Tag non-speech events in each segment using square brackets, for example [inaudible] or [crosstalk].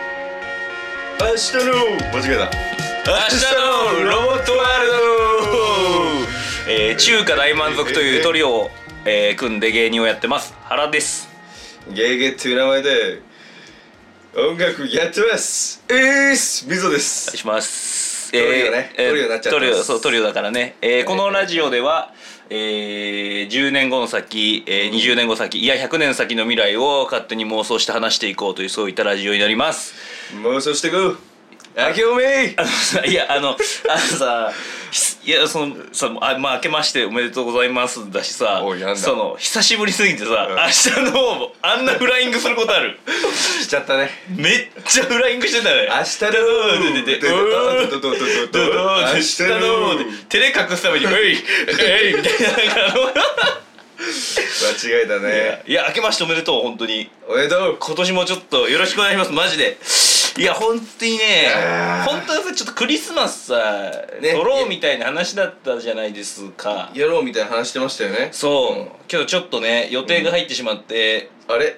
明日の間違えた明日のロボットワールド、えー、中華大満足というトリオを、えー、組んで芸人をやってます原ですゲーゲーっていう名前で音楽やってますえーすみぞでお願いすしますトリオねえートリオになっちゃってトますリオそうトリオだからね、えー、このはいラジオでは、えー、10年後の先、えー、20年後先いや100年先の未来を勝手に妄想して話していこうというそういったラジオになります妄想してこう明けおめあのさ [laughs] いやあのあのさひいやそのさあまあ明けましておめでとうございますだしさおいやんだその久しぶりすぎてさ、うん明日の方もあんなフライングすることあるしちゃったねめっちゃフライングしてたね明日のででどでどどどどうど明う明日日のので照れ隠すために「えいえい」みたいななんか間違えたあのねいや明けましておめでとう本当におめでとう今年もちょっとよろしくお願いしますマジでいや本当にねあー本当はさちょっとクリスマスさ、ね撮ろうみたいな話だったじゃないですかやろうみたいな話してましたよねそう、うんけどちょっとね予定が入ってしまって、あれ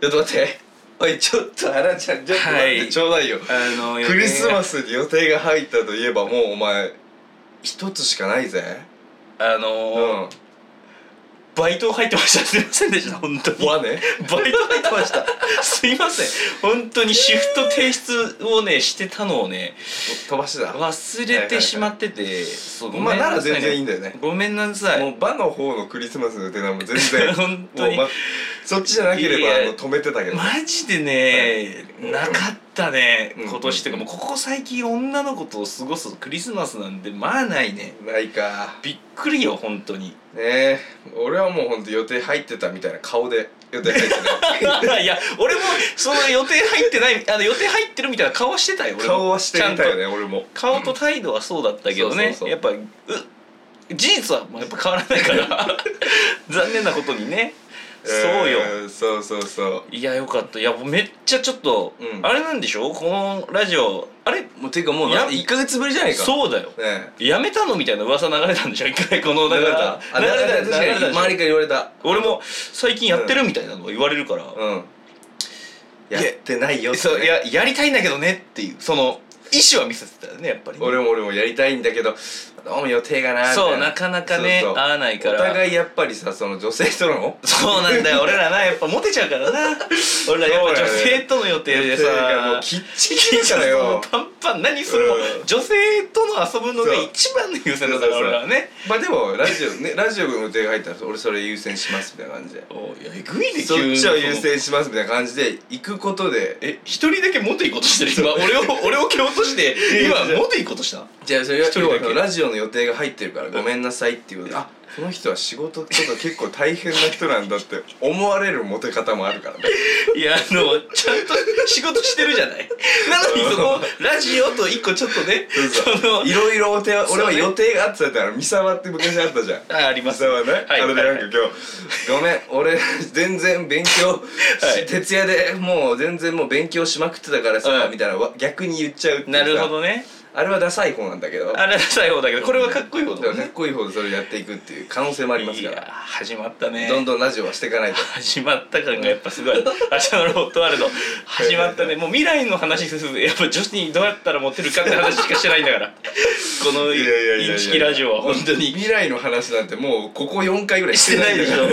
ちょっと待っておいちょっとあらちゃんちょっと待っはていちょうだいよあのクリスマススに予定が入ったといえばもうお前一つしかないぜあうの、んバイト入ってましたすいませんでした本当にわねバイト入ってましたすいません本当にシフト提出をねしてたのをね飛ばしてた忘れてしまってて、そうまあならさい全然いいんだよねごめんなさいもう場の方のクリスマスの予定なんも全 [laughs] 然本当にもうまそっちじゃなけれいばやあの止めてたけどマジではね、いなかったね、うん今年というかもうここ最近女の子と過ごすクリスマスなんでまあないねないかびっくりよ本当にねえ俺はもうほんと予定入ってたみたいな顔で予定入 [laughs] っていや俺もその予定入ってないあの予定入ってるみたいな顔はしてたよた俺も顔はしてみたよちゃんとね俺も顔と態度はそうだったけどうんねそうそうそうやっぱう事実はまあやっぱ変わらないから残念なことにね、そうよんそうそうそういやよかったいやめっちゃちょっと、うんあれなんでしょこのラジオあれもうていうかもうなや一ヶ月ぶりじゃないかうそうだよねやめたのみたいな噂流れたんでしょ一回このえ流流れれたたあ流れた確流れかたにでし周ょりから言われた俺も最近やってるみたいなのは言われるから、うんややってないよそういややりたいんだけどねっていうその意思は見せてたよねやっぱりね、俺も俺もやりたいんだけどどうも予定がなみたいそうなかなかねそうそう合わないからお互いやっぱりさその女性とのそうなんだよ俺らなやっぱモテちゃ [laughs] うからな俺らやっぱ女性との予定でさがもうきっちりだ [laughs] よ [laughs] パンパン何それも、うん女性との遊ぶのがそう一番の優先だから俺らはねまあでもラジオねラジオの予定が入ったら俺それ優先しますみたいな感じでおいやえぐいねそっ急にちを優先しますみたいな感じで行くことでえ一人だけモテいいことしてる今俺を俺を蹴落として今モテいいことしたじゃあそれは一人だけ要はラジオの予定が入ってるからごめんなさいっていうことであこの人は仕事とか結構大変な人なんだって思われるモテ方もあるからねいやあのちゃんと仕事してるじゃない [laughs] なのに [laughs] そのラジオと一個ちょっとねそうそうそのいろいろお手はそう俺ねは予定があってたから三沢って昔あったじゃんああり三ます沢ね、はいあれでなんかは今い日「ごめん俺全然勉強、はい徹夜でもう全然もう勉強しまくってたからさ」はいみたいなわ逆に言っちゃうっていうさなるほどねあれはダサい方なんだけどあれは最後だけどこれはかっこいいことでだもかねっこいい方でそれをやっていくっていう可能性もありますいかやら始まったねどんどんラジオはしていかないと始まった感がやっぱすごいあシャーロットワールド始まったねもう未来の話するやっぱ女子にどうやったらモテるかって話しかしてないんだからこのいやいやいやいやインチキラジオは本当に未来の話なんてもうここ4回ぐらいしてないでしょ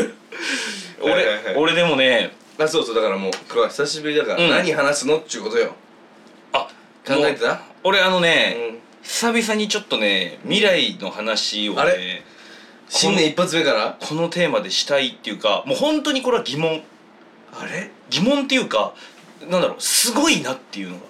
[laughs] 俺、はいはいはい俺でもねあそうそうだからもう今日は久しぶりだから、うん何話すのっちゅうことよあ考えてもうた俺あのね、うん久々にちょっとね未来の話をあれね新年一発目からこのテーマでしたいっていうかもう本当にこれは疑問あれ疑問っていうかなんだろうすごいなっていうのが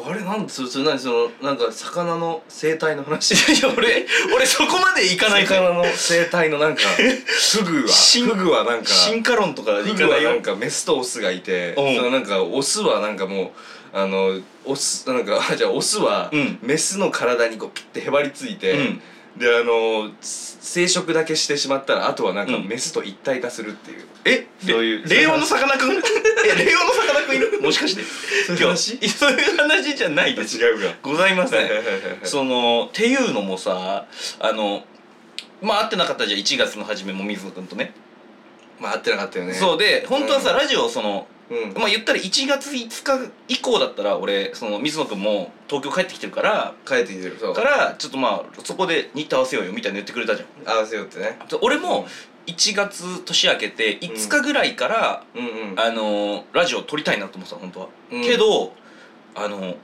あれなんでそれそれ何そのなんか魚の生態の話いや俺俺そこまでいかないから魚の生態のなんかフグは進フグはなんか進化論とかでフいグかなはいなよんかメスとオスがいて、うんそのなんかオスはなんかもうあのオスなんか [laughs] じゃあオスはうんメスの体にこうピッてへばりついて、うんであのす生殖だけしてしまったらあとはなんかうんメスと一体化するっていう、えそういう令和のさかなクンえ令和のさかなクン [laughs] いるもしかしてそういう今話日そういう話じゃないです違うかございません、はいはいはいはいそのっていうのもさあのまあ会ってなかったじゃん1月の初めも水野君とねまあ合ってなかったよね、そううで本当はさ、うんラジオそのうん、まあ言ったら1月5日以降だったら俺その水野君も東京帰ってきてるから帰ってきてるそうからちょっとまあそこで日程合わせようよみたいな言ってくれたじゃん合わせようってねで俺も1月年明けて5日ぐらいから、うんうんあのーラジオ撮りたいなと思ってた本当は、うんけどあのー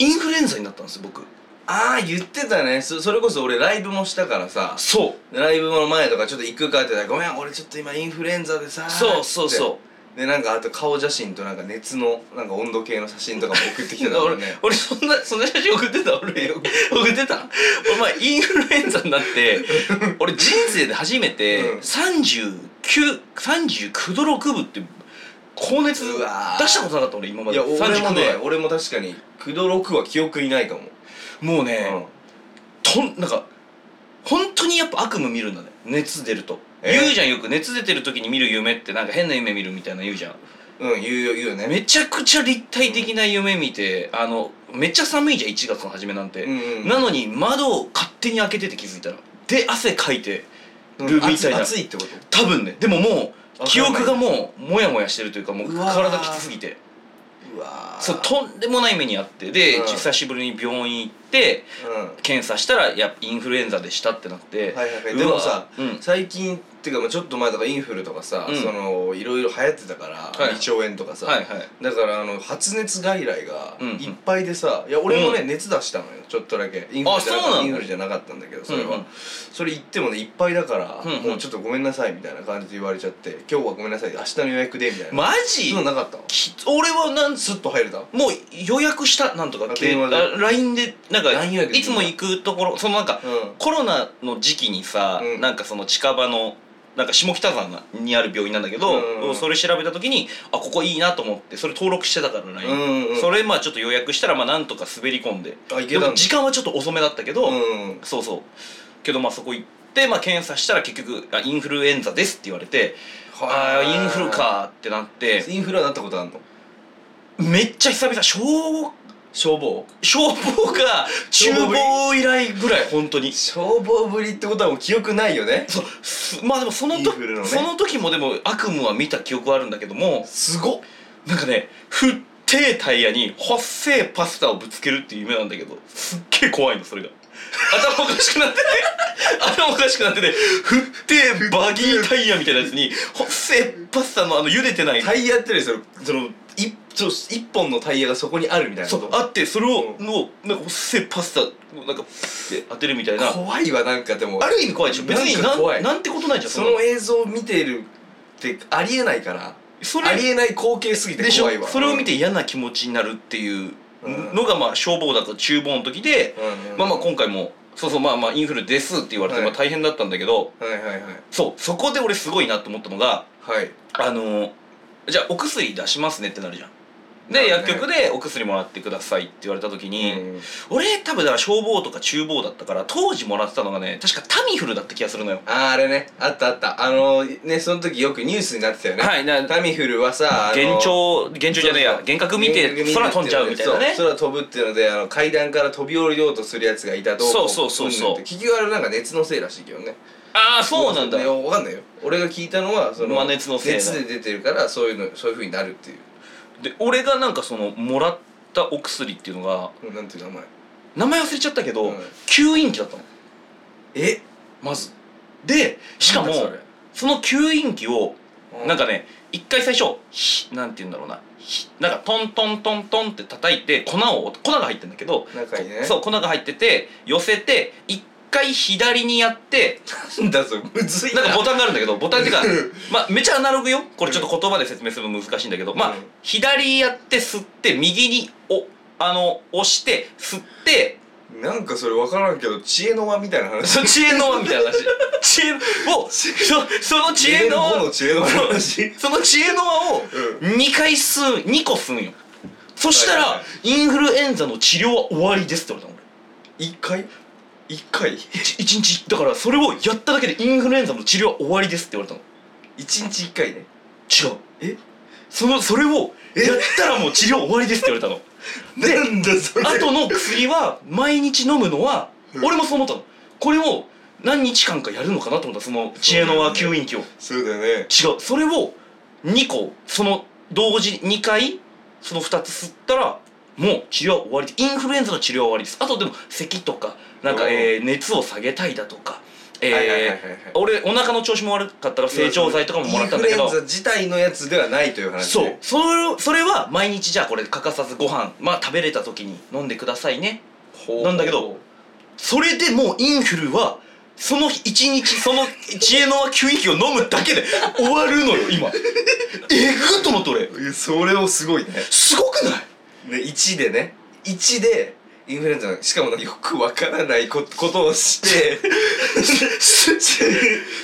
インフルエンザになったんです僕ああ言ってたねそそれこそ俺ライブもしたからさそうライブの前とかちょっと行くかって言ったら「ごめん俺ちょっと今インフルエンザでさ」そうそうそうでなんかあと顔写真となんか熱のなんか温度計の写真とかも送ってきてうたから俺ね俺そんなそんな写真送っ [laughs] てた俺送ってたお前インフルエンザにな [laughs] って俺人生で初めてうん3939度6分って高熱出うわーしたことなかった [laughs] 俺今まいでや俺も39度ね俺も確かに9度6は記憶いないかも、もうね、とんなんか本当にやっぱ悪夢見るんだね熱出ると、え言うじゃんよく熱出てる時に見る夢ってなんか変な夢見るみたいな言うじゃんうん、うん、言うよ言うよねめちゃくちゃ立体的な夢見てあのめっちゃ寒いじゃん1月の初めなんて、うんうんなのに窓を勝手に開けてて気づいたらで汗かいてうるんみたい暑な、暑いってこと多分ねでももうわかんない記憶がもうモヤモヤしてるというかもううわー体きつすぎてうわーそうとんでもない目にあってで、うん久しぶりに病院行ってうん検査したらいやインフルエンザでしたってなって、はいはいはうい、わでもさ、うん最近っていうかまあちょっと前とかインフルとかさ、うんそのいろいろ流行ってたから、は胃い腸炎とかさ、はいはいだからあの発熱外来がうんうんいっぱいでさ、いや俺もね、う熱出したのよちょっとだけインフルじゃなそうかなのインフルじゃなかったんだけどそれは、うんうんそれ行ってもねいっぱいだから、うんうんもうちょっとごめんなさいみたいな感じで言われちゃって今日はごめんなさい明日の予約でみたいな、マジそういうのなかったわき俺はなんスッと入れたもう予約したなんとかあけ電話であ LINE でなんか LINE 予約でいつも行くところそのなんか、うんコロナの時期にさ、うんなんかその近場のなんか下北沢にある病院なんだけうんど、うんそれ調べた時にあここいいなと思ってそれ登録してたからう LINE、んうんそれまあちょっと予約したらまあなんとか滑り込んであいけでたんだも時間はちょっと遅めだったけど、うんうんそうそうけどまあそこ行って、まあ、検査したら結局あインフルエンザですって言われてああインフルかーってなってインフルはなったことあんのめっちゃ久々消消防消防が厨房以来ぐらい本当に消防ぶりってことはもう記憶ないよねそうすまあでもそのイン時フルのねその時もでも悪夢は見た記憶はあるんだけどもすごっなんかねふってえタイヤにほっせえパスタをぶつけるっていう夢なんだけどすっげえ怖いのそれが頭おかしくな [laughs] ってて頭おかしくなっててふってえバギータイヤみたいなやつにほっせえパスタのあの茹でてないタイヤってねそのその一ちょ一本のタイヤがそこにあるみたいなそことうあってそれをのなんかほっせえパスタをなんかふって当てるみたいな怖いわなんかでもある意味怖いでしょ別にななんか怖んいなんてことないじゃんその映像を見ているってありえないからそありれえない光景すぎてでし怖いょわそれを見て嫌な気持ちになるっていううんのがまあ消防だと厨房の時でうんうんまあまあ今回もそうそうまあまあインフルですって言われてはいまあ大変だったんだけどはいはいはいそうそこで俺すごいなと思ったのがはいあのじゃあお薬出しますねってなるじゃん。なるでね薬局でお薬もらってくださいって言われた時に、うん俺多分だから消防とか厨房だったから当時もらってたのがね確かタミフルだった気がするのよ。あーあれねあったあったあのねその時よくニュースになってたよねはいなタミフルはさあの幻聴幻聴じゃねえや幻覚見て空飛んじゃうみたいなねそう空飛ぶっていうのであの階段から飛び降りようとするやつがいたどこそうそうそうそううんぬんって結局あれなんか熱のせいらしいけどねああそうなんだいやわかんないよ俺が聞いたのはその、まあ熱のせいだ熱で出てるからそういうのそういう風になるっていうで俺がなんかそのもらったお薬っていうのがうんなんていう名前名前忘れちゃったけど、うん吸引器だったのえまずでしかもなんだそそれの吸引器をうんなんかね一回最初ひなんて言うんだろうなひなんかトントントントンって叩いて粉を粉が入ってんだけど中にねそう粉が入ってて寄せて一回左にやってなんだそれむずいななんかボタンがあるんだけどボタンっていうかまあめちゃアナログよこれうんちょっと言葉で説明するの難しいんだけど、うまあん左やって吸って右におあの押して吸ってなんかそれ分からんけど知恵の輪みたいな話その知恵の輪みたいな話知恵をそその知レベ恵のル5の輪知恵の輪の話その知恵の輪を2回吸う2個吸うんよそしたら、はいはいはインフルエンザの治療は終わりですって言われたの俺一回一回一一日だからそれをやっただけでインフルエンザの治療は終わりですって言われ一日一回ねたの違うえそのそれをやったらもう治療終わりですって言われたのでなんだそれあとの薬は毎日飲むのはうん俺もそう思ったのこれを何日間かやるのかなと思ったその知恵の輪吸引器をそうだね違うそれを2個その同時2回その2つ吸ったらもう治療は終わりインフルエンザの治療は終わりですあとでも咳とかなんうか、んえー熱を下げたいだとかはいはいはいはいえー俺お腹の調子も悪かったから整腸剤とかももらったんだけインどフルエンザ自体のやつではないという話そうねそれをそれは毎日じゃあこれ欠かさずご飯まあ食べれた時に飲んでくださいねほうなんだけどそれでもうインフルはその一日その知恵の輪吸引器を飲むだけで終わるのよ今えぐっと思って俺えそれをすごいねすごくないね1でね1でインフルエンザのしかもなんかよくわからないこことをして [laughs]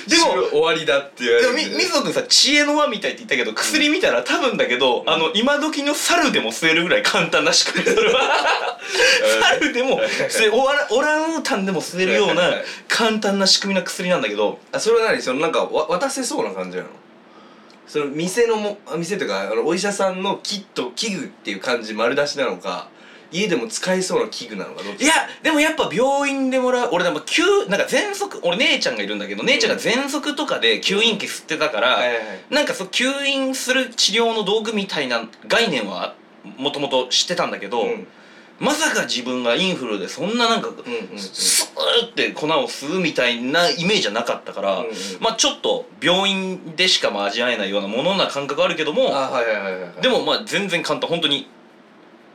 でも終わりだって言われでてもみ水野君さ知恵の輪みたいって言ったけど薬見たら多分だけど、あの今時の猿でも吸えるぐらい簡単な [laughs] 仕組みそれは猿でも吸えオラオランウータンでも吸えるような簡単な仕組みな薬なんだけどあそれは何そのなんかわ渡せそうな感じなのその店のもあ店というかあのお医者さんのキット器具っていう感じ丸出しなのか家でも使えそうな器具なのかどっちいやでもやっぱ病院でもらう俺でも急なんか喘息俺姉ちゃんがいるんだけど姉ちゃんが喘息とかで吸引器吸ってたから、はいはいはいなんかそう吸引する治療の道具みたいな概念はもともと知ってたんだけど、うんまさか自分がインフルでそんななんか、うんうんうんスーって粉を吸うみたいなイメージじゃなかったから、うんうんまあちょっと病院でしかまあ味わえないようなものな感覚あるけどもあはいはいはいはいでもまあ全然簡単本当に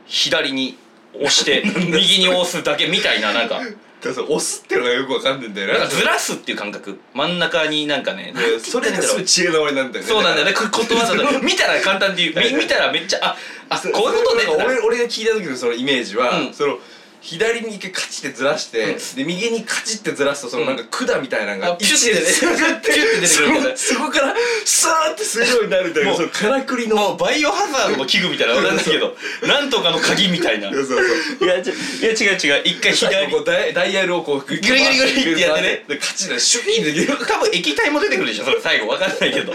左に押して [laughs] 右に押すだけみたいななんかだから押すってのがよくわかんねえんだよなんなかずらすっていう感覚真ん中になんかねで [laughs] それがすごい知恵の割なんだよねそうなんだよねこことわざ [laughs] と見たら簡単っていうみ見たらめっちゃああそこうういうことねそれなんか俺俺が聞いた時のそのイメージは、うんその左に一回カチってずらして、うんで右にカチってずらすとそのなんか管みたいなのがあピュッてね一列になってピュッて出てくるみたいなそこそこからスーッてするようになるみたいなもうそのからくりのもうバイオハザードの器具みたいなのなんだけどなんとかの鍵みたいな。そうそうそう [laughs] いやちょいや違う違う一回最左後こうダイダイヤルをこうググリグリグリってやってねでカチでシュイーンで多分液体も出てくるでしょそれ最後わかんないけど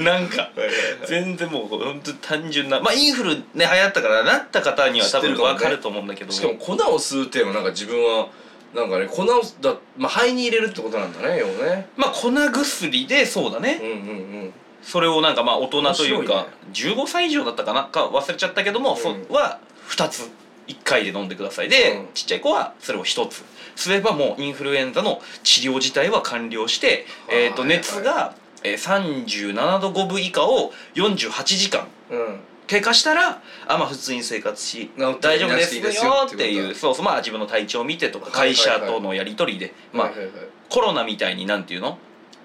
なんかはいはいはい全然もうほんと単純なまあインフルね流行ったからなった方には知多って分るかもねわかると思うんだけどしかも粉を吸うっていうのはなんか自分はなんかね粉をだ、まあ、肺に入れるってことなんだね要はねまあ粉薬でそうだうねんうんうんそれをなんかまあ大人というか、15歳以上だったかなか忘れちゃったけどうも、んそは2つ1回で飲んでくださいで、うんちっちゃい子はそれを1つすればもうインフルエンザの治療自体は完了して、はいえー、と熱がえー37度5分以下を48時間うん経過したらあまあ普通に生活し治って大丈夫でいすいよですよっってていいううことそうそうまあ自分の体調を見てとかはいはい会社とのやり取りでまあはいはいはいコロナみたいになんていうの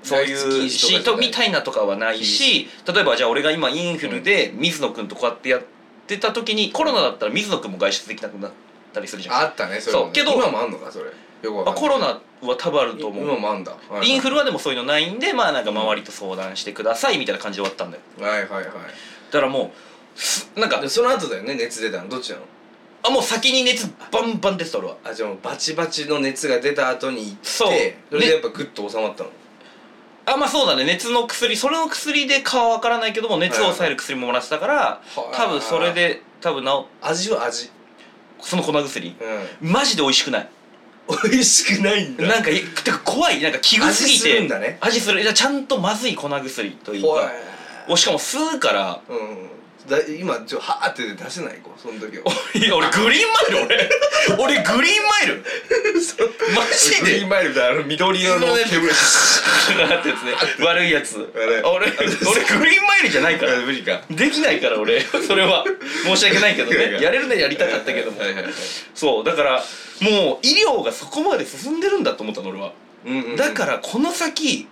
そういうシシートみたいなとかはないし例えばじゃあ俺が今インフルで水野君とこうやってやってた時にコロナだったら水野君も外出できなくなったりするじゃんあったねそれもねそうけど今もあんのかそれよくわかまあんないコロナは多分あると思今うもあんだはいはいインフルはでもそういうのないんでまあなんか周りと相談してくださいみたいな感じで終わったんだよはいはいはだからもうすなんいかでその後だよね熱出たのどっちなのあもう先に熱バンバン出てた俺はあじゃあもうバチバチの熱が出た後に行ってそそうれねでやっぱグッと収まったのあまあそうだね熱の薬それの薬でかは分からないけども熱を抑える薬ももらってたからはい多分それで多分治味は味その粉薬うマジで美味しくないん美味しくないんだなんかいてか怖いなんか器具すぎて味するんだね味するいやちゃんとまずい粉薬というほかおしかも吸うから [laughs] うんだ今ちょはーって出せないこうその時はいや俺グリーンマイル俺 [laughs] 俺グリーンマ [laughs] イルマジグリでーンマイルみたいなあの緑色の煙ってやつね [laughs] 悪いやつ悪俺い俺グリーンマイルじ [laughs] ゃないから無理かできないから俺 [laughs] それは申し訳ないけどいやいねややれるねやりたかったけどもはいはいはいそうだからもう医療がそこまで進んでるんだと思ったの俺はうんうんうんだからこの先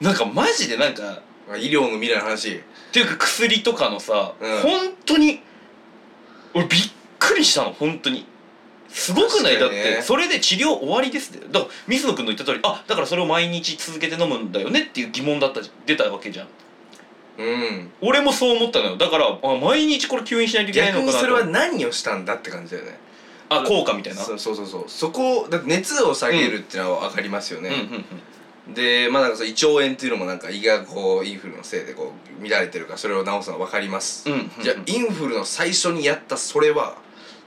なんかマジでなんかあ医療の未来の話っていうか薬とかのさ、うん本当に俺びっくりしたの本当にすごくない、確かだっにねてそれで治療終わりですってだから水野君の言った通りあだからそれを毎日続けて飲むんだよねっていう疑問だったじ出たわけじゃんうん俺もそう思ったのよだからあ毎日これ吸引しないといけない逆のかになそれはと何をしたんだって感じだよねあ効果みたいなそうそうそうそうそこだって熱を下げるっていうのは分かりますようんうんね、でまあなんかその胃腸炎っていうのもなんか胃がこうインフルのせいでこう乱れてるからそれを治すのは分かります、うんうんうんじゃあインフルの最初にやったそれは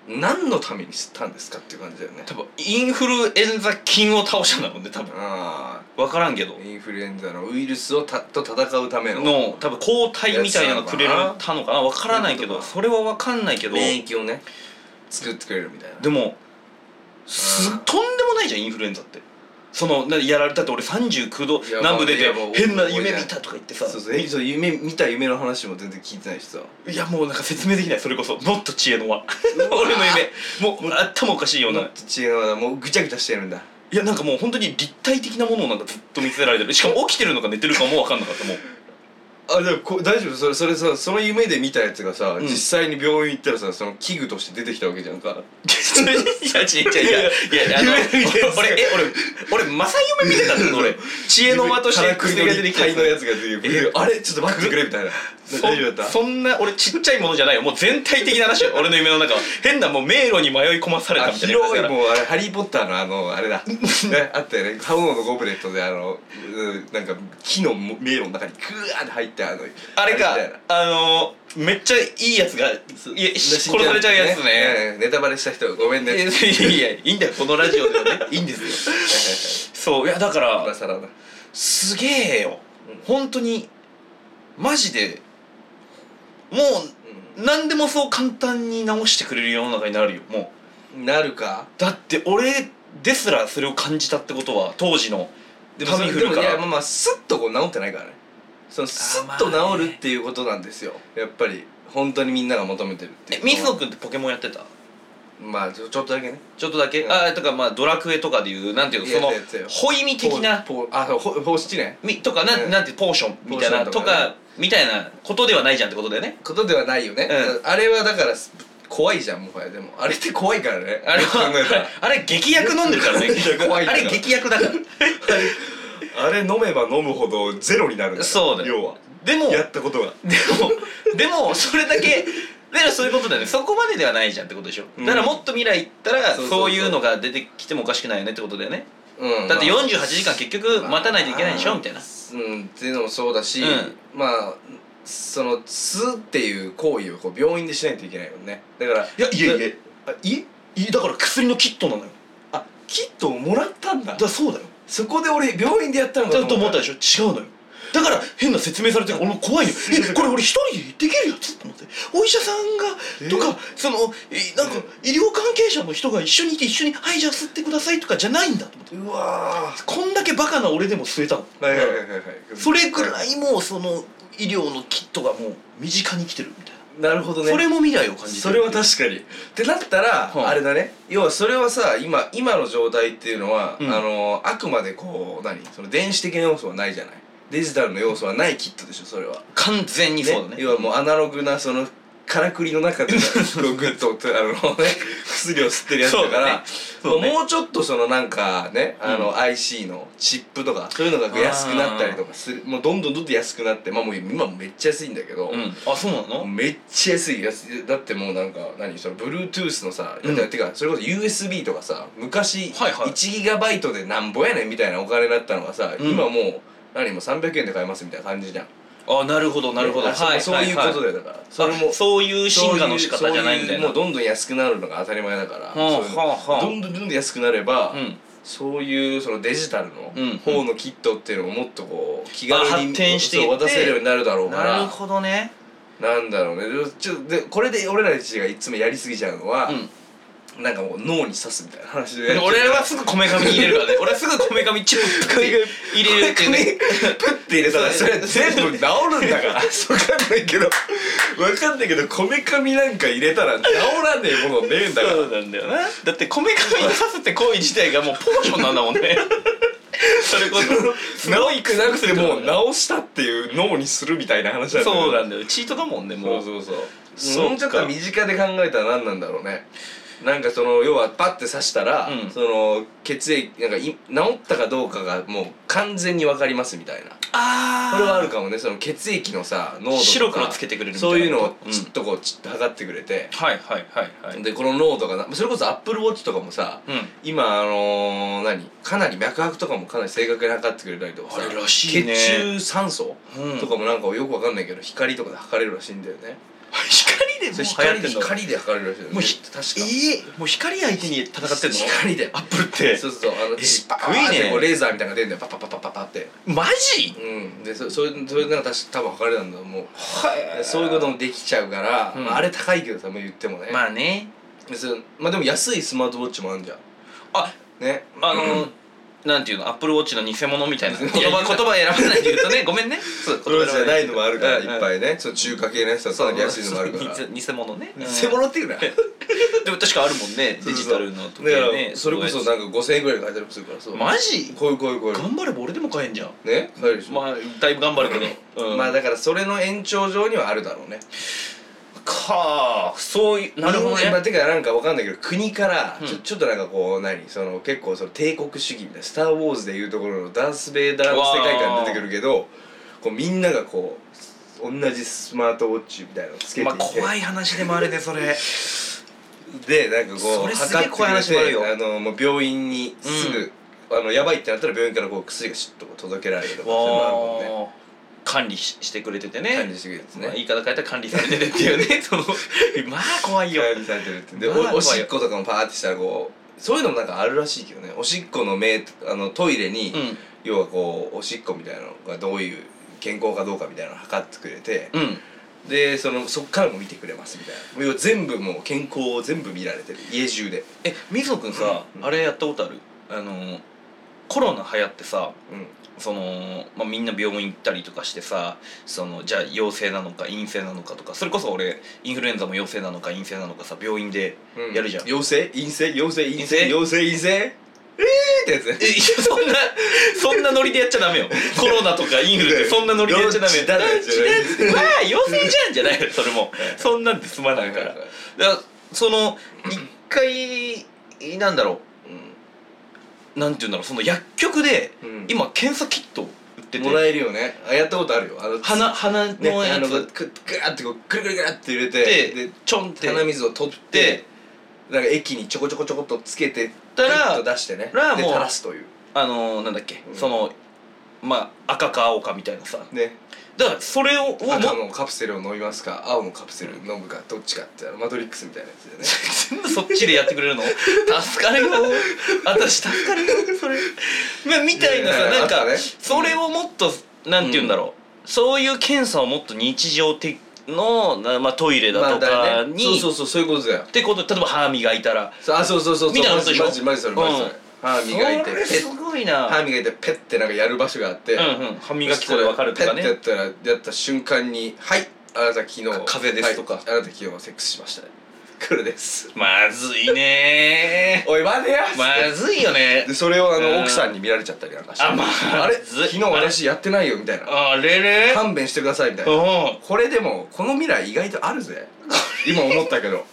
何のために吸ったんですかっていう感じだよね多分インフルエンザ菌を倒したんだもんね多分あ分からんけどあインフルエンザのウイルスをたと戦うためのの多分抗体みたいなのがくれられたのかな分からないそういけうことどかそれは分かんないけど免疫をね作ってくれるみたいなでもすうんとんでもないじゃんインフルエンザってそのなやられたって俺39度いや南部出いてやもう変な夢見たとか言ってさそうそうえそう夢見た夢の話も全然聞いてないしさいやもうなんか説明できないそれこそもっと知恵の輪 [laughs] 俺の夢もう頭おかしいようもなっと違うなもうぐちゃぐちゃしてるんだいやなんかもう本当に立体的なものをなんかずっと見せられてるしかも起きてるのか寝てるかも分かんなかっ [laughs] たもうあでもこ大丈夫それそれさその夢で見たやつがさ、うん実際に病院行ったらさその器具として出てきたわけじゃんかいや、違う違ういや、いや、あの、夢見てる俺、え、俺、俺、正夢見てたんだよ、俺。知恵の間として、薬が出てきたのやつ。つが出てきえてあれちょっと待ってくれみたいなそ大丈夫だったそんな、俺、ちっちゃいものじゃないよ。もう全体的な話よ。俺の夢の中は。変な、もう迷路に迷い込まされたあみたいな夢広だいから。もうあれハリー・ポッターのあのあれ [laughs] だねあったよね刃物のゴブレットであのうんなんか木の迷路の中にグワーって入ってあのあれかみたいな、あの、めっちゃいいやつが、いや殺されちゃうやつね。ねネタバレした人ごめんいやねいや、いいんだよ、このラジオではね。いいんですよ。そう、いや、だから、今更だすげえよ、うん本当にマジでもう何でもそう簡単に直してくれる世の中になるよもうなるかだって俺ですらそれを感じたってことは当時のでもタミフルかいやまらあまあスッとこう治ってないからねそのスッとあまあ治ねるっていうことなんですよやっぱり本当にみんなが求めてるっていえう水野君ってポケモンやってたまあちょちょっとだけねちょっとだけ、うんああとかまあドラクエとかでいうなんていうのやそのやつやよホイミ的なポーポーあそうほほ七ねみとかなん,、うんなんてポーションみたいなポーションととかかねみたいなことではないじゃんってことだよねことではないよね、うあれはだからす怖いじゃんもはやでもあれって怖いからね [laughs] あれはよく考えたらあれ劇薬飲んでるからね怖いあかられ劇薬だからあれ飲めば飲むほどゼロに [laughs] なるんそうだよ要はでもやったことがでもでもそれだけだからそういうことだよねそこまでではないじゃんってことでしょうんだからもっと未来行ったそらうそうそうそういうのが出てきてもおかしくないよねってことだよねうんだってまあ48時間結局待たないといけないでしょみたいなうんっていうのもそうだし、うんまあその吸うっていう行為をこう病院でしないといけないもんねだからいやいえいえあいいだから薬のキットなのよあキットをもらったんだからそうだよそこで俺病院でやったのかでしょ違うのよだから変な説明されてる俺も怖いよえこれ俺一人でできるやつと思ってお医者さんえがとかそのえなんか医療関係者の人が一緒にいて一緒に「はいじゃあ吸ってください」とかじゃないんだと思っうてわこんだけバカな俺でも吸えたのーはいはいはいはいはいそれぐらいもうその医療のキットがもう身近に来てるみたいな、なるほどねそれも未来を感じてるそれは確かにってなったら、はいあれだね要はそれはさ今今の状態っていうのは、うんあのあくまでこう何その電子的な要素はないじゃないデジタルの要素はないキットでしょそれは完全にそうだね要はもうアナログなそのからくりの中で [laughs] こうグッとあの、ね、薬を吸ってるやつだからそうねもうちょっとそのなんかねあの IC のチップとかそういうのがこう安くなったりとかするもうどんどんどんどん安くなってまあもう今もめっちゃ安いんだけど、うんあそうなの、めっちゃ安いやつだってもうなんか何その Bluetooth のさ、うんだってかそれこそ USB とかさ昔はいはい1ギガバイトでなんぼやねんみたいなお金だったのがさ、うん今もう何もう300円で買えますみたいな感じじゃんあなるほどなるほど、あそうそういうことだよだからそそれもそういう進化の仕方じゃないんそうだよないうもうどんどん安くなるのが当たり前だから、はあそういうはあはあどんどんどんどん安くなれば、うんそういうそのデジタルのうん方のキットっていうのをもっとこう気軽にあ発展していってそう渡せるようになるだろうかならるほどねなんだろうねでちょでこれで俺らたちがいつもやりすぎちゃうのはう、んなんかもう脳に刺すみたいな話でで [laughs] 俺はすぐこめかみに入れるからね俺はすぐこめかみチップって入れるっていうねプッて入れたらそれ全部治るんだから分かんないけど分かんないけどこめかみなんか入れたら治らねえものねえんだからそうなんだよなだってこめかみに刺すって行為自体がもうポーションなんだもん [laughs] ねそれこそ治いくなくてもうう治したっていう脳にするみたいな [laughs] 話だったよそうなんだよチートだもんねもうそうそうそうそうかもうちょっと身近で考えたら何なんだろうねなんかその要はパッて刺したら、うんその血液なんかい治ったかどうかがもう完全に分かりますみたいなあそれはあるかもねその血液のさ濃度とか白黒つけてくれるみたいなそういうのをうんちっとこうちっと測ってくれて、はいはいはいはいでこの濃度がなそれこそアップルウォッチとかもさ、うん今あのー何かなり脈拍とかもかなり正確に測ってくれたりとかさあれらしいね血中酸素うんとかもなんかよくわかんないけど光とかで測れるらしいんだよね、光でもそうれ流光行っでてんだ光で測れるらしいよねもうひ確かええもう光相手に戦ってんの光でアップルってそうそうそうあのえチッパ低いねーってこうレーザーみたいなのが出るんだよパッパッパッパッパッってマジうんでそそれそれなんか確か多分測れたんだと思うはでそういうこともできちゃうから、うんまあ、あれ高いけどさもう言ってもね、まあねでそのまあ、でも安いスマートウォッチもあるじゃんあねあのなんていうのアップルウォッチの偽物みたいな言葉言葉選ばないで言うとねごめんねそうプロじゃないのもあるからいっいぱいねそう中華系のやつはそかうなり安いのもあるから偽偽 [laughs] 物ね偽物っていうなだかうんでも確かあるもんねデジタルの時計ねらそれこそなんか5000円ぐらいで買えたりもするからそうマジこういうこういうこういう頑張れば俺でも買えんじゃんね買えるでしょまあだいぶ頑張るけどまあだだからそれの延長上にはあるだろうねかそういうなるほど日本まあねてかなんかわかんないけど国からちょ,、うんちょっとなんかこう何その結構その帝国主義みたいな「スター・ウォーズ」でいうところのダース・ベイダーの世界観出てくるけどこうみんながこう同じスマートウォッチみたいなのつけていて、まあ怖い話でもあれでそ [laughs] れでなんかこそうれす測げえってく怖いれ話もあるよてあのもう病院にすぐ、あのやばいってなったら病院からこう薬がシュッとこう届けられるとかそういうのあるもんねわー管理ししてくれててね管理してくれるんですねまあ言い方変えたら管理されててっていう [laughs] ねそのまあ怖いよ管理されてるってでまあ怖いおよおしっことかもパーってしたらこうそういうのもなんかあるらしいけどねおしっこの目あのトイレに、うん要はこうおしっこみたいなのがどういう健康かどうかみたいなのを測ってくれて、うんでそのそっからも見てくれますみたいな要は全部もう健康を全部見られてる家中で、えみぞくんさうんあれやったことあるあのコロナ流行ってさうん、その、まあ、みんな病院行ったりとかしてさそのじゃあ陽性なのか陰性なのかとかそれこそ俺インフルエンザも陽性なのか陰性なのかさ病院でうやるじゃん陽性陰性陽性陰性陰性陽性陰性えーってやつねえいやそんなそんなノリでやっちゃダメよコロナとかインフルってそんなノリでやっちゃダメよどっちだどっちだっつってわあ陽性じゃんじゃないよそれもそんなんで済まないからだかはいらその一回なんだろうなんて言うんだろうその薬局でうん今検査キット売ってでてもらえるよねあやったことあるよあの鼻鼻ねのあやのグつグーってこうくるくるくるって入れてででちょんって鼻水を取ってなんか液にちょこちょこちょこっとつけてたらグッと出してねらでもう垂らすというあのーなんだっけうんそのまあ赤か青かみたいなさねだからそれををも赤のカプセルを飲みますか青のカプセル飲むかどっちかってあのマトリックスみたいなやつだよね全部そっちでやってくれるの助かるよ私助かるよそれ、まあ、みたいなさいやいやなんか、あったねそれをもっとなんて言うんだろう、そういう検査をもっと日常的の、なまあ、トイレ [laughs] だとまあかだよに、ねそうそうそうそういうことだよってこと例えば歯磨いたらそうあそうそうそうそうみたいなことでしょマジマジそれマジそれうん歯磨いてそペれッすごいな、歯磨いてペッてなんかやる場所があって、うんうん、歯磨き粉で分かるとかねペッてやったらやった瞬間に「はいあなた昨日か風邪ですとかはいあなた昨日はセックスしましたねこれですまずいね [laughs] おい待てやーまずいよねでそれをあうのん奥さんに見られちゃったりなんかしてあまあれず昨日私やってないよみたいなあれれ勘弁してくださいみたいなうこれでもこの未来意外とある [laughs] ぜ今思ったけど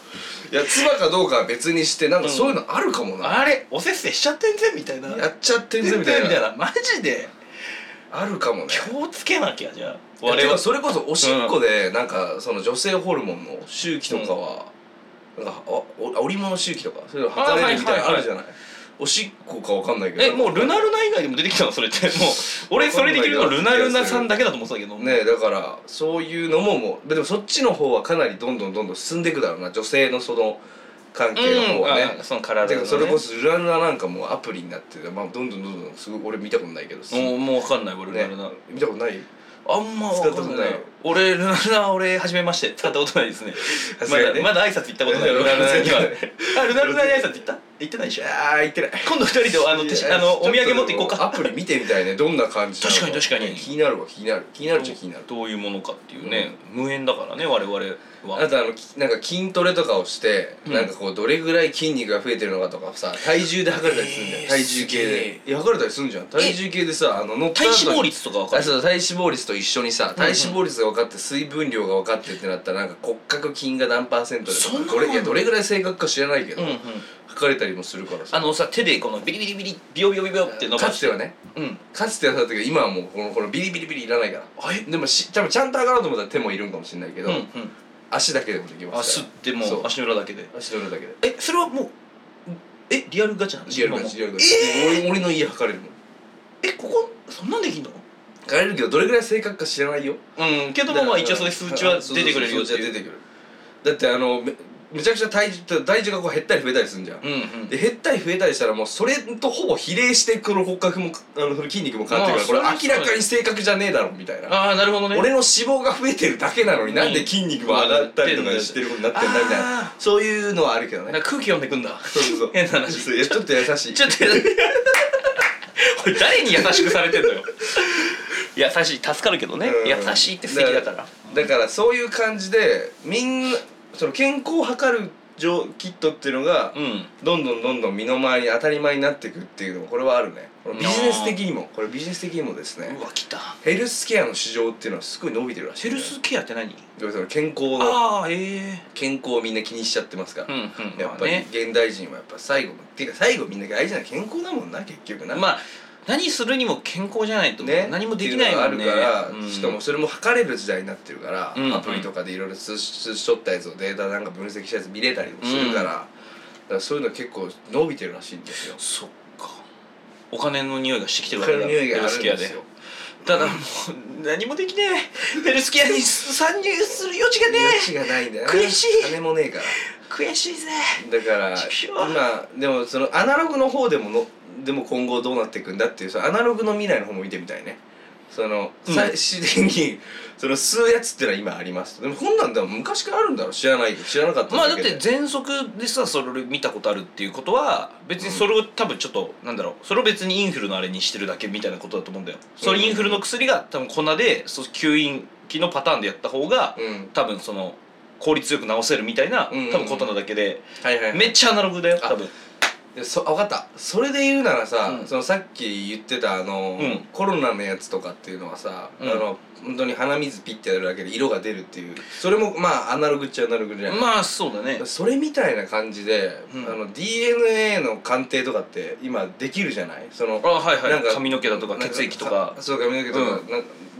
いや唾かどうかは別にしてなんかそういうのあるかもんな、あれおせっせしちゃってんぜみたいなやっちゃってんぜみたいなマジであるかもね気をつけなきゃじゃあ我我々々それこそおしっこでなんかその女性ホルモンの周期とかは、なんかあお織物周期とかそういうの測れるみたいなのあるじゃない,、おしっこかわかんないけどえもうルナルナ以外でも出てきたのそ [laughs] れってもう俺それできるのルナルナさんだけだと思ってたけどねだからそういうのももうでもそっちの方はかなりどんどんどんどん進んでいくだろうな女性のその関係の方うんはね、あその体てのかねそれこそルラルナなんかもうアプリになってて、まあ、どんどんどんどんすごい俺見たことないけどすもうもう分かんない俺ルナねルナ見たことないあんま分か使んったことなないい俺ルナルナ俺初め [laughs] まして使ったことないですねさすまがにだねまだ挨拶行ったことないうん [laughs] ルナルナには全然あルナルナに挨拶行った行ってないでしょやー行ってない今度二人であの手しあのお土産持っていこうアかプリ見てみたいねどんな感じなの確かに確かに気になるわ気になる気になるっちゃ気になるどういうものかっていうね、無縁だからね我々あはとあのきなんか筋トレとかをして、うんなんかこうどれぐらい筋肉が増えてるのかとかさ体重で測れたりするんだよ、えー体重計でいや測れたりするんじゃん体重計でさあの乗った体後脂に肪率とか分かあるそう体脂肪率と一緒にさ体脂肪率が分かって水分量が分かってってなったらなんか骨格筋が何パーセントでとそんかなのどれいやどれぐらい正確か知らないけうど、んうん測れたりもするからさあのさ手でこのビリビリビリビヨビヨビヨって伸ばかしつててはねうんかつてはだったけど今はもうこのこのビリビリビリいらないからあえでもし多分ちゃんと上がろうと思ったら手もいるんかもしれないけうど、んうん足だけでもできあます吸かってらそもうう足の裏だけで足の裏だけでえそれはもうえリアルガチなんリアルガチリアルガチ、俺俺の家測れるもんえここそんなんできんの測れるけどどれぐらい正確か知らないようんけどもまあ一応そういう数値は出てくれるよってそうそうそう数値は出いてうくるだってあのめめちゃくちゃ体重体重がこう減ったり増えたりするんじゃんうんうんで減ったり増えたりしたらもうそれとほぼ比例してこの骨格もあのその筋肉も変わってるからまあこそれれは明らかに正確じゃねえだろみたいな、ああなるほどね俺の脂肪が増えてるだけなのになんで筋肉も上がったりとかうんしてることになってんだみたいなあそういうのはあるけどーねなんか空気読んでくんだそうそうそう変な話そういやちょっと優しいちょっと [laughs] これ誰に優しくされてんのよ [laughs] 優しい助かるけどねうん優しいって素敵だからだからそういう感じでみんなその健康を測る上キットっていうのが、うんどんどんどんどん身の回りに当たり前になっていくっていうのもこれはあるねこれビジネス的にもこれビジネス的にもですねうわ来たヘルスケアの市場っていうのはすごい伸びてるらしいヘね、ルスケアって何だからその健康のああえ健康をみんな気にしちゃってますかえら、うんうんややっっぱぱりね現代人はやっぱ最後っていうか最後みんな大事な健康だもんな結局なまあ何するにも健康じゃないとね、何もできないもんってねいうのがあるから、うんしかもそれも測れる時代になってるから、うんアプリとかでいろいろ通知取ったやつをデータなんか分析したやつ見れたりもするから,、うんだからそういうの結構伸びてるらしいんですよ。そっかお金の匂いがしてきてるわそけれだの匂いがあヘルるスんケアですでよ。ただもう何もできね [laughs] えヘルスケアに参入する余地がね余地がないんだよね。悔しい金もねえから。え悔しいぜだからちくしょう今でもそのアナログの方でものでも今後どうなっていくんだっていうそのアナログの未来の方も見てみたいねそのうん最終的に [laughs] その吸うやつってのは今ありますでもこんなんでも昔からあるんだろ知らない知らなかったまあだっけでて喘息でさそれを見たことあるっていうことは別にそれを多分ちょっとなんだろうそれを別にインフルのあれにしてるだけみたいなことだと思うんだよそれインフルの薬が多分粉でそう吸引器のパターンでやった方がうん多分その効率よく治せるみたいなうんうんうん多分ことなだけではいはい、めっちゃアナログだよあ多分でそあ分かったそれで言うならさ、うんそのさっき言ってたあの、うんコロナのやつとかっていうのはさ、うんあの本当に鼻水ピッてやるだけで色が出るっていうそれもまあアナログっちゃアナログじゃない、まあそうだねそれみたいな感じで、うんあの DNA の鑑定とかって今できるじゃないそのあはいはいなんか髪の毛だとか血液とかそうか髪の毛とか,、うなんか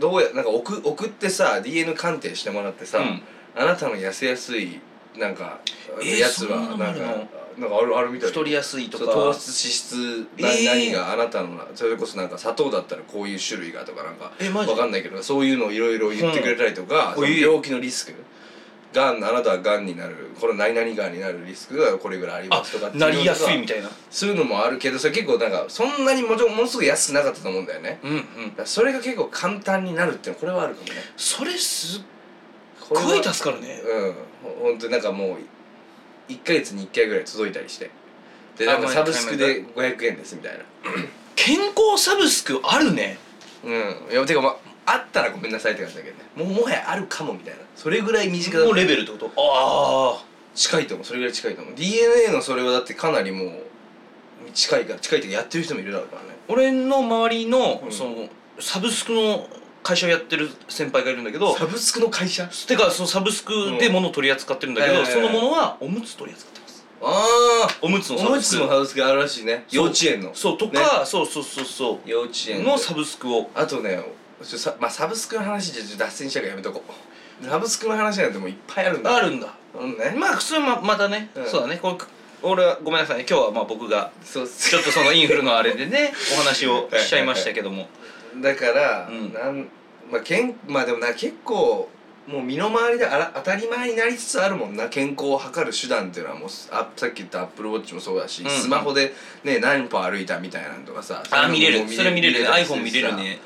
どうやなんか送送ってさ DNA 鑑定してもらってさ、うんあなたの痩せやすいなんか、えーやつはそんななのあんるかのなんかあるあるみたい太りやすいとそうか糖質脂質、なえー何があなたのなそれこそなんか砂糖だったらこういう種類がとかなんかえマジわかんないけどそういうのをいろいろ言ってくれたりとか、んそのおい病気のリスクがんあなたはがんになるこの何々がんになるリスクがこれぐらいありまあすとかってうのながりやすいみたいなそういうのもあるけどそれ結構なんかそんなにもちろんものすごい安くなかったと思うんだよねうんうんだからそれが結構簡単になるっていうのはこれはあるかもねそれすっこれはごい助かるねうんほんとになんかもう1ヶ月に1回ぐらい届いたりしてでなんかあサブスクで500円ですみたいな健康サブスクあるねうんいやてかまああったらごめんなさいって感じだけどねもうもはやあるかもみたいなそれぐらい身近だもうレベルってことああ近いと思うそれぐらい近いと思う DNA のそれはだってかなりもう近いから近いっていうかやってる人もいるだろうからね俺の周りの、うんそのサブスクの会社をやってる先輩がいるんだけどサブスクの会社てかそのサブスクで物を取り扱ってるんだけど、うんそのものはおむつ取り扱ってますああおむつのおサブむスつクのサブスクあるらしいねそう幼稚園のそうとか、そうそうそうそ幼稚う園のサブスクをあとねちょさ、まあ、サブスクの話じゃちょっと脱線したからやめとこうサブスクの話なんてもういっぱいあるんだあるんだうんねまあ普通ままたね、うんそうだねこう俺はごめんなさいね今日はまあ僕がそうっすちょっとそのインフルのあれでね [laughs] お話をしちゃいましたけども、だから、うんなんまあ、けんまあでもな結構もう身の回りであら当たり前になりつつあるもんな健康を測る手段っていうのはもうすあさっき言ったアップルウォッチもそうだし、うんスマホで、ね、何歩歩いたみたいなのとかさああ見れるそれ見れるねたりす iPhone 見れるしさね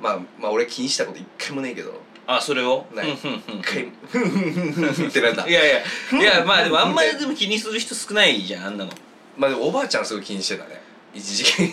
まあまあ俺気にしたこと一回もねえけどあそれを [laughs] ないうんうんうん一回「 [laughs] ふんふんふんふんふん」ってなんだ [laughs] いやいやいやまあでもあんまりでも気にする人少ないじゃんあんなのまあでもおばあちゃんすごい気にしてたね一時期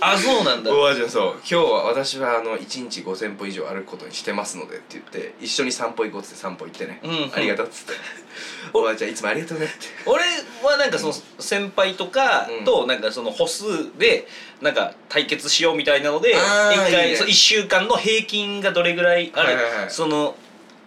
あそうなんだおばあちゃんそう「今日は私はあの1日5,000歩以上歩くことにしてますので」って言って一緒に散歩行こうっつって散歩行ってね「うんうんありがとう」っつって「おばあちゃんいつもありがとうね」って俺はなんかその先輩とかとなんかその歩数でなんか対決しようみたいなので一あーいい回ねそう一週間の平均がどれぐらいあはいはいはいるその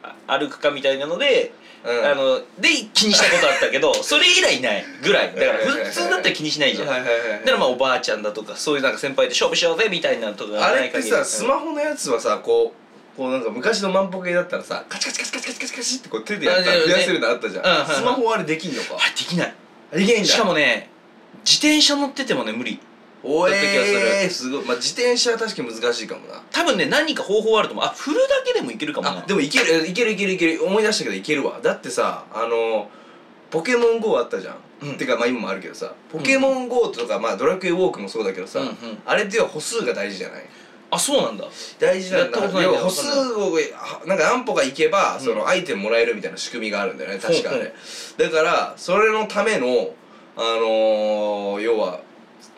あ歩くかみたいなので。うんあので気にしたことあったけ [laughs] どそれ以来ないぐらいだから普通だったら気にしないじゃんはだいはいはいはいからまあおばあちゃんだとかそういうなんか先輩で勝負しようぜみたいなのとかがあなれいって限りさスマホのやつはさこうこうなんか昔の万歩計だったらさカチカチカチカチカチカチカチってこう手でやったあら増でもねやせるのあったじゃん、うんはいはいスマホはあれできんのかあれできないできないんだしかもね自転車乗っててもね無理おだった気がするえー、すごいまあ自転車は確かに難しいかもな多分ね何か方法あると思うあ振るだけでもいけるかもあなでもいけるいけるいけるいける思い出したけどいけるわだってさあのポケモン GO あったじゃん、うんてかまあ今もあるけどさポケモン GO とか、まあドラクエウォークもそうだけどさ、うんうんあれって要は歩数が大事じゃないあそうなんだ大事なんやだったことないん要だは歩数をあなんか何歩か行けば、そのアイテムもらえるみたいな仕組みがあるんだよね確かあほうれだからそれのためのあのー、要は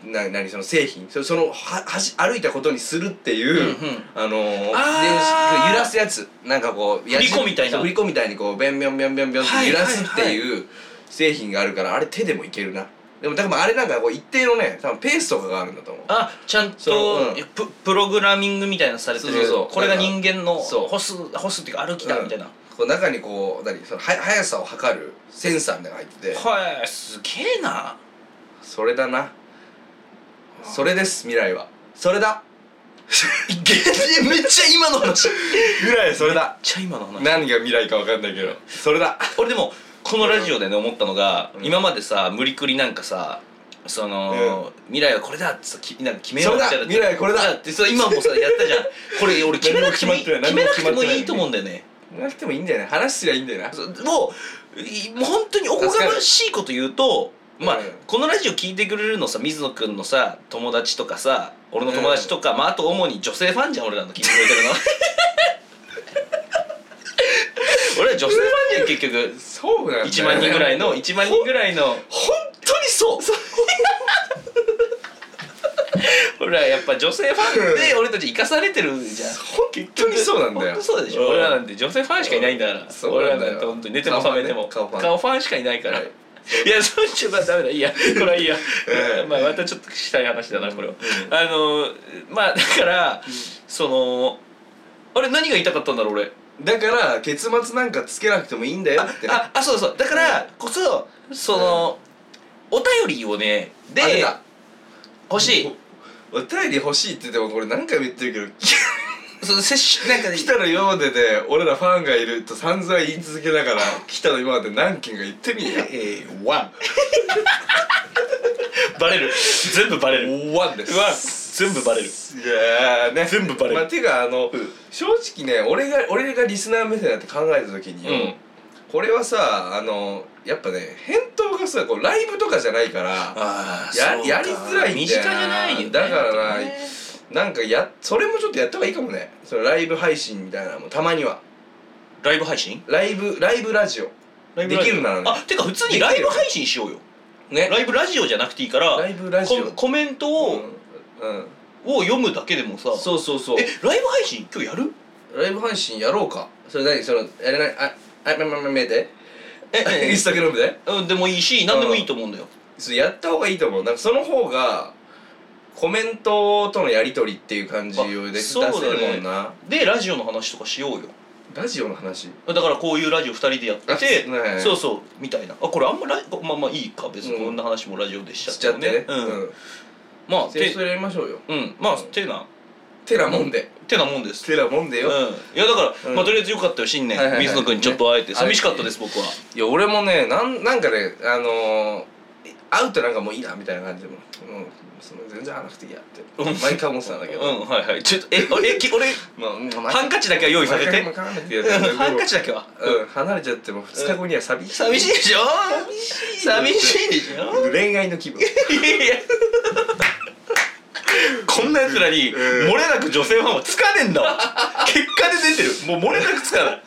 な何その製品そそのははし歩いたことにするっていう、うんうんあのー、あーで揺らすやつなんかこうやじ振り子みたいそなう振り子みたいにこうビョンビョンビョンビョンビョンって揺らすっていう製品があるからあれ手でもいけるなでもだからあれなんかこう一定のね多分ペースとかがあるんだと思うあちゃんそうとうんププログラミングみたいなのされてるそうそうそうこれが人間のそう歩数歩数っていうか歩きだみたいな、こう中にこう何そのは速さを測るセンサーみたいなのが入っててはいすげえ [laughs] なそれだなそれです未来はそれだめっちゃ今の [laughs] 話未来はそれだめっちゃ今の [laughs] 話何が未来か分かんないけどそれだ俺でもこのラジオでね思ったのが、うん今までさ無理くりなんかさその、未来はこれだってさきなんか決めようみたいなそれだ未来はこれだってさ今もさやったじゃんこれ俺決めなくてもいい何も決まってない決めなくても何も決まってないいいと思うんだよねなくてもいいんだよね話すりゃいいんだよなそうもういもう本当におこがましいこと言う確とかにまあ、うんこのラジオ聞いてくれるのさ水野くんのさ友達とかさ俺の友達とか、まああと主に女性ファンじゃん俺らの聞いてくれ [laughs] てるの俺ら女性ファンじゃん結局そうなんだよ、ね、 1万人ぐらいの1万人ぐらいの本当にそうほらやっぱ女性ファンで俺たち生かされてるじゃん本当にそうなんだよ本当そうでしょ、ん俺らなんて女性ファンしかいないんだから、そう俺なんだよらなんて本当に寝ても覚めても顔ファンね顔ファンしかいないから、はいい、やそっちはダメだいいやこれはいいや、うんまあまたちょっとしたい話だなこれは、あのまあだから、そのあれ何が言いたかったんだろう俺だから結末なんかつけなくてもいいんだよってああそうそうだからこそその、お便りをねであれだ欲しいおお便り欲しいって言ってもこれ何回も言ってるけどその接種なんかね来たの今までで俺らファンがいると散々言い続けながら来たの今まで何件か言ってみんやえー、ワンバレる全部バレるワンでうわす全部バレるいやーね全部バレるまあ、ていうかあの、正直ね俺が俺がリスナー目線だって考えた時によ、うんこれはさあのやっぱね返答がさこうライブとかじゃないからあーやそうかやりづらいんだよな身近じゃないよねだからなねなんかやそれもちょっとやった方がいいかもねそのライブ配信みたいなのもたまにはライブ配信ライブライブラジオライブできるならねあてか普通にライブ配信しようよねライブラジオじゃなくていいからライブラジオココメントを,、うんうんを読むだけでもさそうそうそうえライブ配信今日やるライブ配信やろうかそれ何そのやれないああめめめめで [laughs] えインスタグラムで [laughs] うんでもいいし何でもいいと思うんだよそれやった方がいいと思うなんかその方がコメントとのやり取りっていう感じをで出せあそうるだねもんな、でラジオの話とかしようよラジオの話だからこういうラジオ2人でやってて、あねそうそうみたいなあこれあんまライまあまあいいか別にこんな話もラジオでししちちゃゃっっててねね、うんまあそれてそれやりましょうようんまあてなてなもんでてなもんですてなもんでうんよ、、いやだから、うんまあとりあえずよかったよ新年、はいはいはい水野君にちょっと会えてね寂しかったです、僕はいや俺もねなんなんかねあのー会うとなんかもういいなみたいな感じでもう、うん、その全然会わなくていいやってうん毎回思ってたんだけど、うんはいはいちょっとえ俺き俺まあ、うんハンカチだけは用意させて毎回毎回うんハンカチだけはうん、離れちゃっても2日後には寂しい、寂しいでしょ寂寂しいしいでしょ恋愛の気分いやいやこんな奴らにうん [laughs] 漏れなく女性ファンはつかねえんだわ結果で出てるもう漏れなくつかない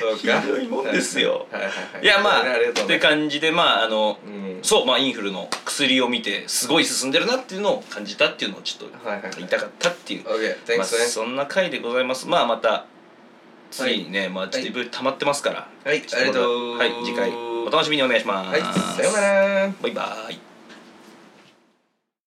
そうか [laughs] ひどいもんですよはいはいはいいやまあありがとっうてね感じでまああのうんそうまあインフルの薬を見てすごい進んでるなっていうのを感じたっていうのをちょっとはいはいはい言いたかったっていう OK まあ thanks ねそんな回でございますまあまた次にねまあちょっといぶ溜まってますからはいありがとうはい次回お楽しみにお願いしますはいさようならバイバイ